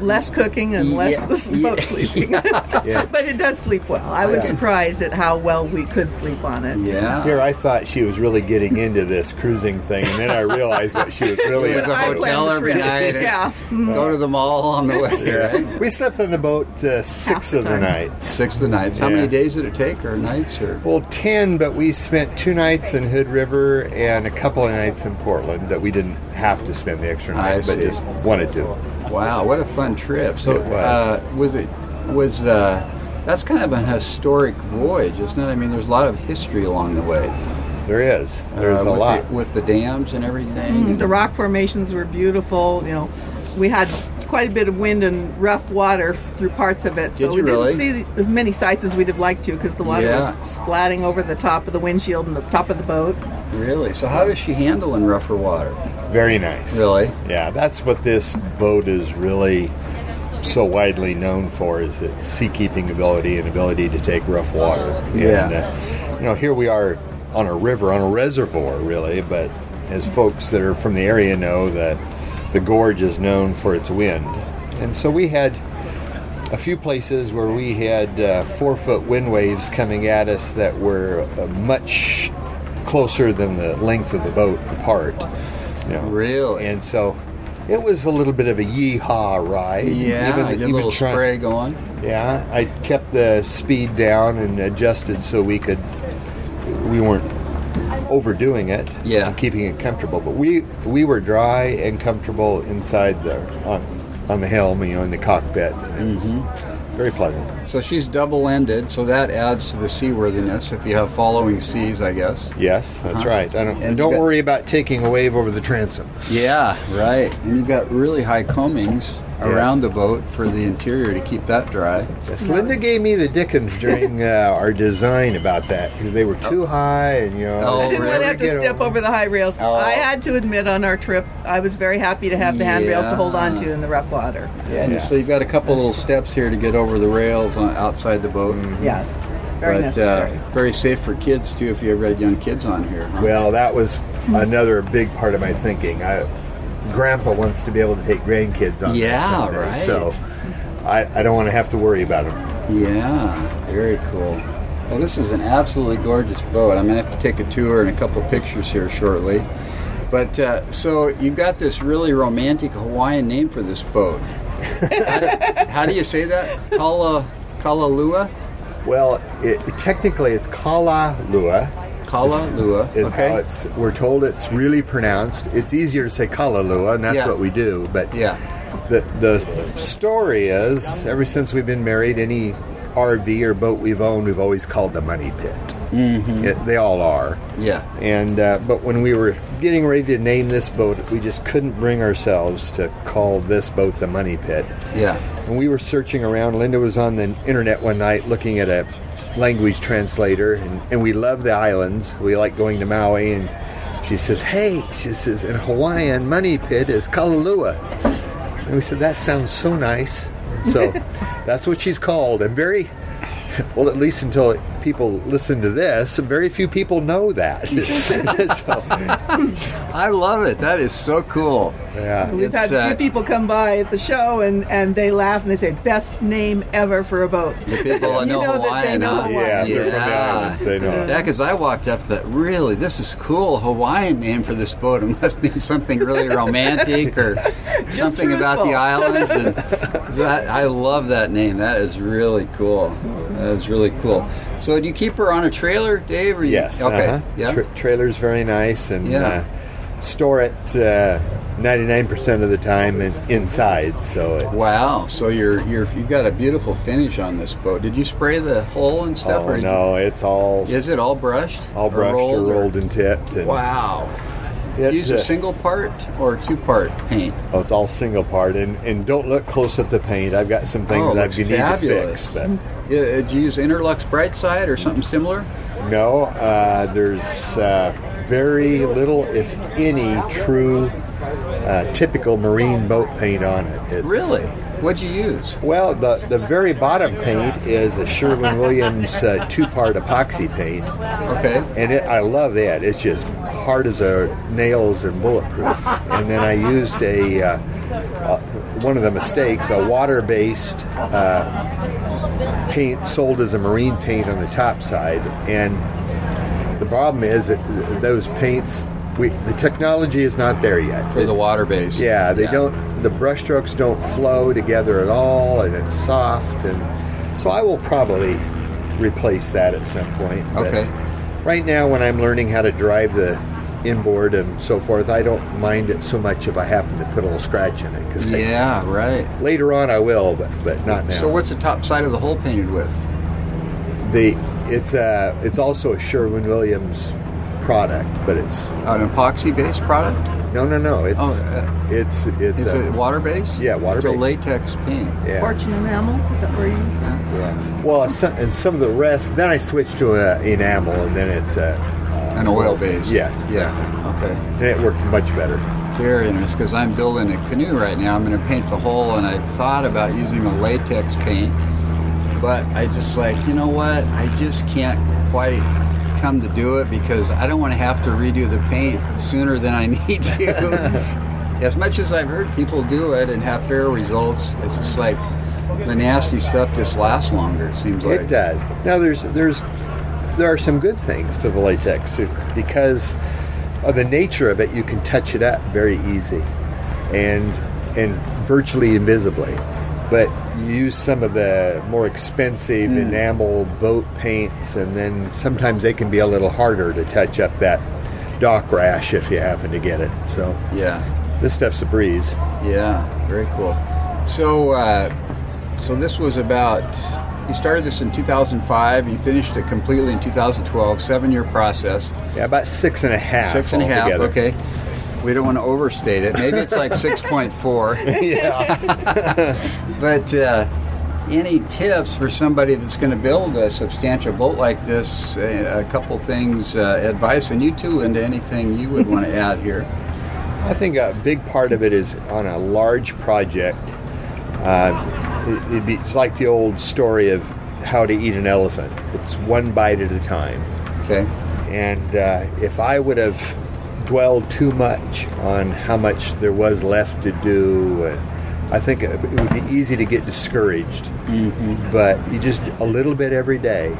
E: less cooking and less
A: Yeah.
E: boat sleeping, but it does sleep well. I was
A: Yeah.
E: surprised at how well we could sleep on it.
A: Yeah.
D: Here, I thought she was really getting into this cruising thing, and then I realized what she was really.
A: It was a
E: I planned
A: hotel
E: the
A: every
E: trip.
A: night. and
E: Yeah.
A: Go to the mall on the way, right?
D: Yeah. We slept on the boat uh, six
E: the
D: of the
E: time.
D: nights.
A: Six of the nights. How many
D: Yeah.
A: days did it take, or nights, or?
D: Well, ten, but we spent two nights in Hood River and a couple of nights in Portland that we didn't have to spend the extra
A: I
D: night, but
A: see.
D: just wanted to.
A: Wow, what a fun trip! So
D: It was.
A: Uh, was it was uh, that's kind of an historic voyage, isn't it? I mean, there's a lot of history along the way.
D: There is. There's
A: uh,
D: a
A: with
D: lot.
A: the, with the dams and everything.
E: Mm-hmm. The rock formations were beautiful. You know, we had quite a bit of wind and rough water f- through parts of it, so
A: Did
E: we
A: you really?
E: didn't see as many sights as we'd have liked to because the water was
A: Yeah.
E: splatting over the top of the windshield and the top of the boat.
A: Really? So how does she handle in rougher water?
D: Very nice.
A: Really?
D: Yeah, that's what this boat is really so widely known for is its seakeeping ability and ability to take rough water.
A: Yeah.
D: And, uh, you know, here we are on a river, on a reservoir, really, but as folks that are from the area know that the gorge is known for its wind. And so we had a few places where we had uh, four foot wind waves coming at us that were uh, much closer than the length of the boat apart. You know.
A: Really?
D: And so it was a little bit of a yeehaw ride.
A: yeah,
D: Even-
A: I get a
D: even
A: little
D: trying-
A: spray going.
D: Yeah, I kept the speed down and adjusted so we could, we weren't overdoing it.
A: Yeah.
D: and keeping it comfortable. But we we were dry and comfortable inside the on, on the helm, you know, in the cockpit. It was
A: Mm-hmm.
D: Very pleasant.
A: So she's double-ended, so that adds to the seaworthiness if you have following seas, I guess.
D: Yes, that's right. I don't,
A: Uh-huh. And
D: and don't
A: you got-
D: worry about taking a wave over the transom.
A: Yeah, right. And you've got really high combings around the boat for the interior to keep that dry.
D: Yes, Linda gave me the Dickens during uh, our design about that because they were too high and you know.
A: Oh,
D: I
E: I didn't
A: really?
E: want to have to
D: get
E: step over. the high rails.
A: Oh.
E: I had to admit on our trip, I was very happy to have the handrails to hold on to in the rough water.
A: Yeah. and So you've got a couple little steps here to get over the rails on, outside the boat.
E: Yes, very
A: but,
E: necessary.
A: Uh, very safe for kids too if you ever had young kids on here. huh?
D: Well, that was another big part of my thinking. I, Grandpa wants to be able to take grandkids on. this
A: Yeah,
D: someday,
A: right.
D: So I, I don't want to have to worry about them.
A: Yeah, very cool. Well, this is an absolutely gorgeous boat. I'm gonna have to take a tour and a couple pictures here shortly. But uh, so you've got this really romantic Hawaiian name for this boat. how, do, how do you say that? Kala Kalalua,
D: Well, it, technically, it's Kalalua.
A: Kalalua.
D: Is
A: okay.
D: how it's. We're told it's really pronounced. It's easier to say Kalalua, and that's
A: Yeah.
D: what we do. But
A: yeah.
D: The, the story is, ever since we've been married, any RV or boat we've owned, we've always called the money pit. Mm-hmm. they all are.
A: Yeah.
D: And uh, but when we were getting ready to name this boat, we just couldn't bring ourselves to call this boat the money pit.
A: Yeah.
D: And we were searching around. Linda was on the internet one night looking at a language translator, and, and we love the islands. We like going to Maui, and she says, "Hey," she says, "in Hawaiian, money pit is kalalua." And we said, "That sounds so nice." So that's what she's called, and very. Well, at least until people listen to this, very few people know that. so,
A: I love it. That is so cool.
D: yeah.
E: We've had
A: It's, uh,
E: a few people come by at the show and, and they laugh and they say, best name ever for a boat.
A: The people that
E: You
A: know,
E: know that they
A: Hawaiian,
E: know
A: huh?
E: Hawaiian. Yeah,
D: they're from the islands. They know it.
A: Yeah, because I walked up to that. Really, this is cool. Hawaiian name for this boat. It must be something really romantic or something about the
E: truthful.
A: islands. And that, I love that name. That is really cool. That is really cool. So, do you keep her on a trailer, Dave? Or you,
D: Yes.
A: Okay.
D: uh-huh.
A: Yeah.
D: Tra- trailer's very nice and
A: Yeah.
D: uh, store it uh, ninety-nine percent of the time in, inside. So it's,
A: Wow. So you're you're you've got a beautiful finish on this boat. Did you spray the hull and stuff?
D: oh
A: or did
D: no, it's all
A: You, is it all brushed?
D: all brushed or
A: or-
D: rolled and tipped. And
A: Wow.
D: it,
A: Use
D: uh,
A: a single part or two part paint.
D: Oh, it's all single part, and, and don't look close at the paint. I've got some
A: Oh,
D: things
A: it
D: I
A: looks
D: need
A: fabulous.
D: to fix.
A: Yeah, uh, do you use Interlux Brightside or something similar?
D: But no, uh, there's uh, very little, if any, true uh, typical marine boat paint on it. It's-
A: Really? What'd you use?
D: Well, the, the very bottom paint is a Sherwin Williams uh, two part epoxy paint,
A: Okay.
D: and it, I love that. It's just hard as a nails and bulletproof. And then I used a uh, uh, one of the mistakes a water based uh, paint sold as a marine paint on the top side, and the problem is that those paints. We, the technology is not there yet.
A: For the water base.
D: Yeah, they don't. The brush strokes don't flow together at all, and it's soft. And so I will probably replace that at some point. but
A: Okay.
D: Right now, when I'm learning how to drive the inboard and so forth, I don't mind it so much if I happen to put a little scratch in it. Because
A: Yeah, right.
D: later on I will, but but not now.
A: So what's the top side of the hole painted with?
D: the it's uh it's also a Sherwin Williams product, but it's
A: An epoxy based product?
D: no, no, no. It's
A: Oh, uh,
D: it's it's
A: Is
D: a-
A: it water based?
D: Yeah,
A: It's a
D: water-based.
A: latex paint.
D: yeah.
E: Fortune enamel, is that where you use that?
D: Yeah. Well, and some, and some of the rest. Then I switched to uh, enamel, and then it's uh,
A: An oil based.
D: Yes.
A: Yeah. Okay.
D: and it worked much better.
A: Very interesting because I'm building a canoe right now. I'm going to paint the hull, and I thought about using a latex paint, but I just like, you know what? I just can't quite come to do it because I don't want to have to redo the paint sooner than I need to. as much as I've heard people do it and have fair results, it's just like the nasty stuff just lasts longer. It seems like
D: It does. Now there's there's there are some good things to the latex too, because of the nature of it. You can touch it up very easy, and and virtually invisibly. But you use some of the more expensive enamel boat paints, and then sometimes they can be a little harder to touch up that dock rash if you happen to get it. So
A: Yeah.
D: this stuff's a breeze.
A: Yeah, very cool. So, uh, so this was about. You started this in 2005. You finished it completely in 2012. Seven-year process.
D: Yeah, about six and a half.
A: Six and a half.
D: altogether.
A: Okay. We don't want to overstate it. Maybe it's like 6.4.
D: yeah.
A: But uh, any tips for somebody that's going to build a substantial boat like this? A, a couple things, uh, advice, and you too, Linda. Anything you would want to add here?
D: I think a big part of it is on a large project. Uh, it, would be, it's like the old story of how to eat an elephant. It's one bite at a time.
A: Okay.
D: And uh, if I would have dwelled too much on how much there was left to do, and I think it it would be easy to get discouraged. But you just a little bit every day.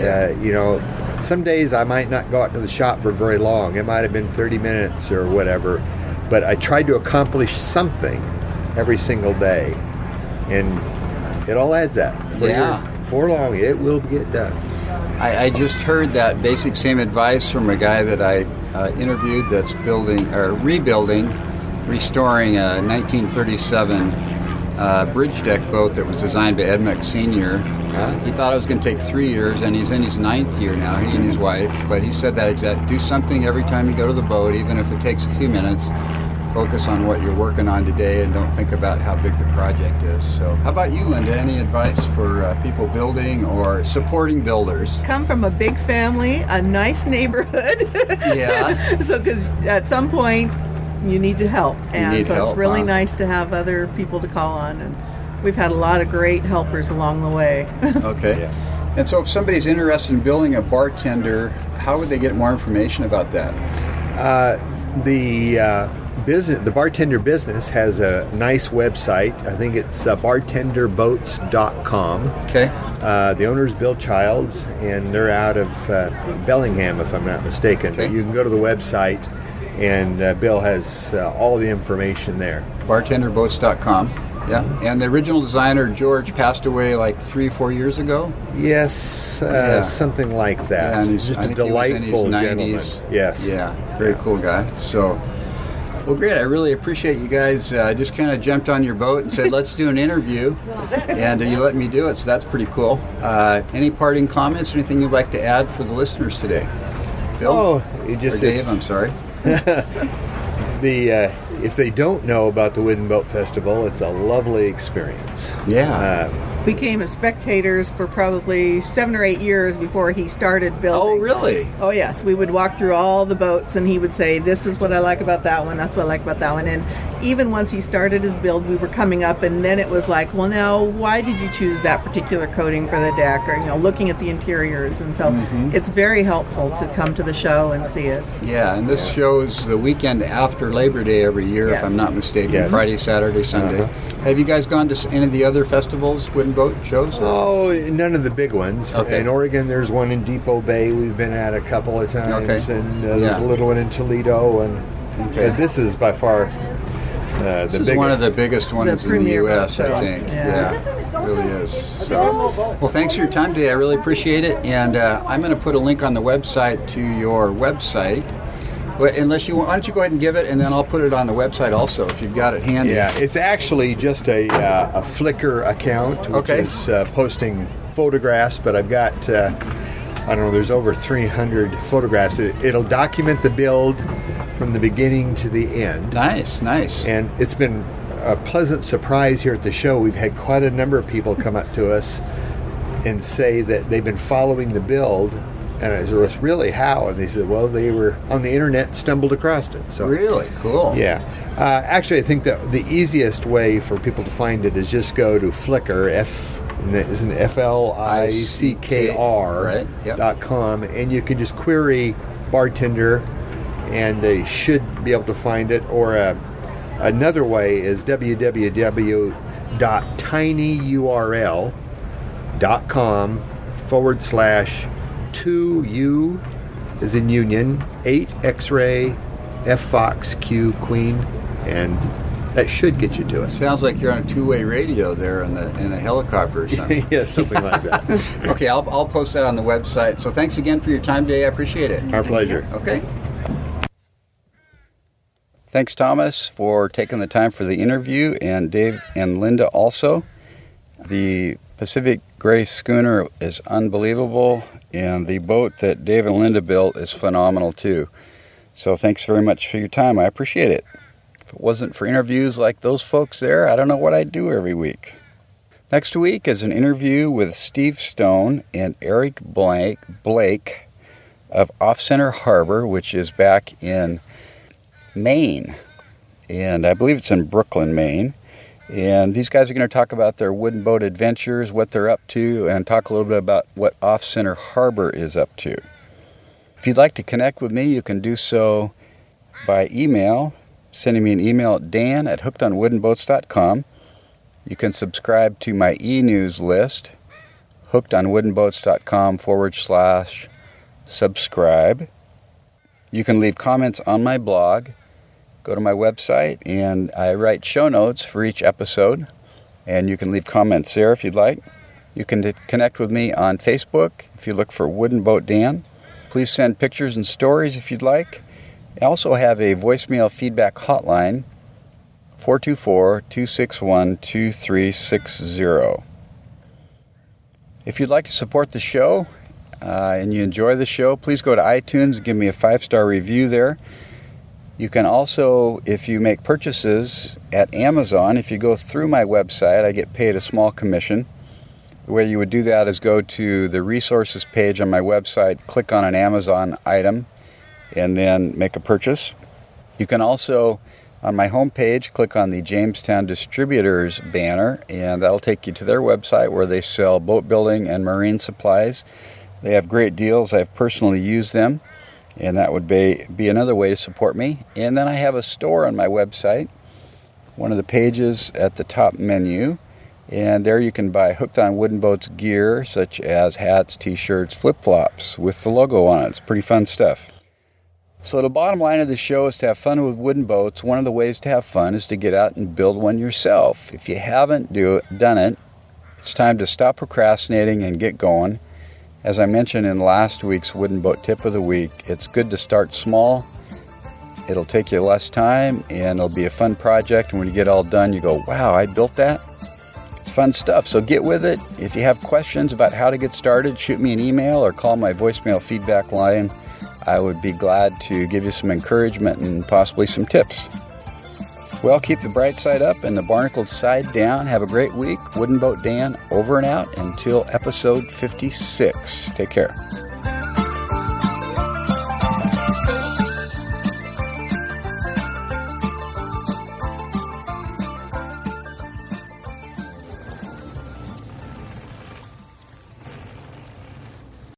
D: Uh, you know, some days I might not go out to the shop for very long. It might have been 30 minutes or whatever. But I tried to accomplish something every single day. And it all adds up. For your-
A: Yeah.
D: for long, it will get done.
A: I, I just heard that basic same advice from a guy that I uh, interviewed that's building or rebuilding, restoring a 1937 uh, bridge deck boat that was designed by Ed Meck Sr. He thought it was going to take three years, and he's in his ninth year now, he and his wife. But he said that exact do something every time you go to the boat, even if it takes a few minutes. Focus on what you're working on today and don't think about how big the project is. So, how about you, Linda? Any advice for uh, people building or supporting builders?
E: Come from a big family, a nice neighborhood.
A: Yeah.
E: so because at some point you need to help and
A: need
E: so
A: help,
E: it's really
A: huh?
E: nice to have other people to call on and we've had a lot of great helpers along the way
A: Okay. And so, if somebody's interested in building a bartender, how would they get more information about that?
D: Uh, the uh, business, the bartender business, has a nice website. I think it's uh, bartenderboats.com.
A: Okay.
D: Uh, the owner's Bill Childs, and they're out of uh, Bellingham, if I'm not mistaken. But
A: Okay.
D: you can go to the website, and uh, Bill has uh, all the information there.
A: Bartenderboats.com. Yeah.
D: Mm-hmm.
A: And the original designer, George, passed away like three, four years ago.
D: Yes, uh,
A: Oh, Yeah.
D: something like that.
A: and
D: he's just a delightful gentleman. Yes.
A: Yeah, very cool guy. So, well, great. I really appreciate you guys. Uh, I just kind of jumped on your boat and said, "Let's do an interview," and uh, you let me do it. So that's pretty cool. Uh, any parting comments? Anything you'd like to add for the listeners today? Bill
D: Oh, it
A: or
D: just
A: Dave? I'm sorry.
D: the uh, if they don't know about the Wooden Boat Festival, it's a lovely experience.
A: Yeah.
D: Um,
E: we came as spectators for probably seven or eight years before he started building
A: oh, really?
E: Oh yes, we would walk through all the boats, and he would say, "This is what I like about that one. That's what I like about that one." And even once he started his build, we were coming up, and then it was like, "Well, now why did you choose that particular coating for the deck?" Or you know, looking at the interiors, and so it's very helpful to come to the show and see it.
A: Yeah, and this shows the weekend after Labor Day every year, if
E: Yes.
A: I'm not mistaken.
D: Yes. Uh-huh.
A: Friday, Saturday, Sunday. Have you guys gone to s- any of the other festivals, wooden boat shows?
D: Oh, none of the big ones.
A: Okay.
D: In Oregon, there's one in Depot Bay. We've been at a couple of times,
A: Okay.
D: and uh,
A: Yeah.
D: there's a little one in Toledo. And
A: Okay.
D: but this is by far uh, the
A: This
D: biggest.
A: is one of the biggest ones in the
E: premier
A: U.S.,
E: show.
A: I think.
E: Yeah.
A: Yeah, really is. So, well, thanks for your time today. I really appreciate it. And uh, I'm going to put a link on the website to your website. But unless you, want- why don't you go ahead and give it, and then I'll put it on the website also if you've got it handy.
D: Yeah, it's actually just a, uh, a Flickr account, which
A: Okay.
D: is uh, posting photographs. But I've got uh, I don't know, there's over 300 photographs. It, it'll document the build from the beginning to the end.
A: Nice, nice.
D: And it's been a pleasant surprise here at the show. We've had quite a number of people come up to us and say that they've been following the build. And I was really how? And they said, well, they were on the internet, stumbled across it. So
A: really cool.
D: yeah. Uh, actually, I think that the easiest way for people to find it is just go to Flickr, F, isn't F L I C K R
A: Right, yep.
D: dot com, and you can just query bartender, and they should be able to find it. Or uh, another way is www.tinyurl dot com forward slash two U is in union eight X ray F Fox Q Queen and that should get you to us.
A: Sounds like you're on a two-way radio there in the in a helicopter or something.
D: yeah, something like that.
A: okay, I'll, I'll post that on the website. So thanks again for your time today. I appreciate it.
D: Our pleasure.
A: Okay. Thanks, Thomas, for taking the time for the interview, and Dave and Linda also. The Pacific Gray schooner is unbelievable, and the boat that Dave and Linda built is phenomenal too. So, thanks very much for your time. I appreciate it. If it wasn't for interviews like those folks there, I don't know what I'd do every week. Next week is an interview with Steve Stone and Eric Blank, Blake of Off Center Harbor, which is back in Maine. And I believe it's in Brooklyn, Maine. And these guys are going to talk about their wooden boat adventures, what they're up to, and talk a little bit about what Off Center Harbor is up to. If you'd like to connect with me, you can do so by email, sending me an email at dan at hookedonwoodenboats.com. You can subscribe to my e news list, hookedonwoodenboats.com forward slash subscribe. You can leave comments on my blog. Go to my website, and I write show notes for each episode, and you can leave comments there if you'd like. You can d- connect with me on Facebook if you look for Wooden Boat Dan. Please send pictures and stories if you'd like. I also have a voicemail feedback hotline 424 261 2360. If you'd like to support the show, uh, and you enjoy the show, please go to iTunes and give me a five star review there. You can also, if you make purchases at Amazon, if you go through my website, I get paid a small commission. The way you would do that is go to the resources page on my website, click on an Amazon item, and then make a purchase. You can also, on my homepage, click on the Jamestown Distributors banner, and that'll take you to their website where they sell boat building and marine supplies. They have great deals. I've personally used them, and that would be, be another way to support me. And then I have a store on my website, one of the pages at the top menu, and there you can buy Hooked on Wooden Boats gear, such as hats, t shirts, flip flops with the logo on it. It's pretty fun stuff. So, the bottom line of the show is to have fun with wooden boats. One of the ways to have fun is to get out and build one yourself. If you haven't do, done it, it's time to stop procrastinating and get going. As I mentioned in last week's wooden boat tip of the week, it's good to start small. It'll take you less time and it'll be a fun project. And when you get all done, you go, wow, I built that. It's fun stuff. So get with it. If you have questions about how to get started, shoot me an email or call my voicemail feedback line. I would be glad to give you some encouragement and possibly some tips. Well, keep the bright side up and the barnacled side down. Have a great week. Wooden Boat Dan over and out until episode 56. Take care.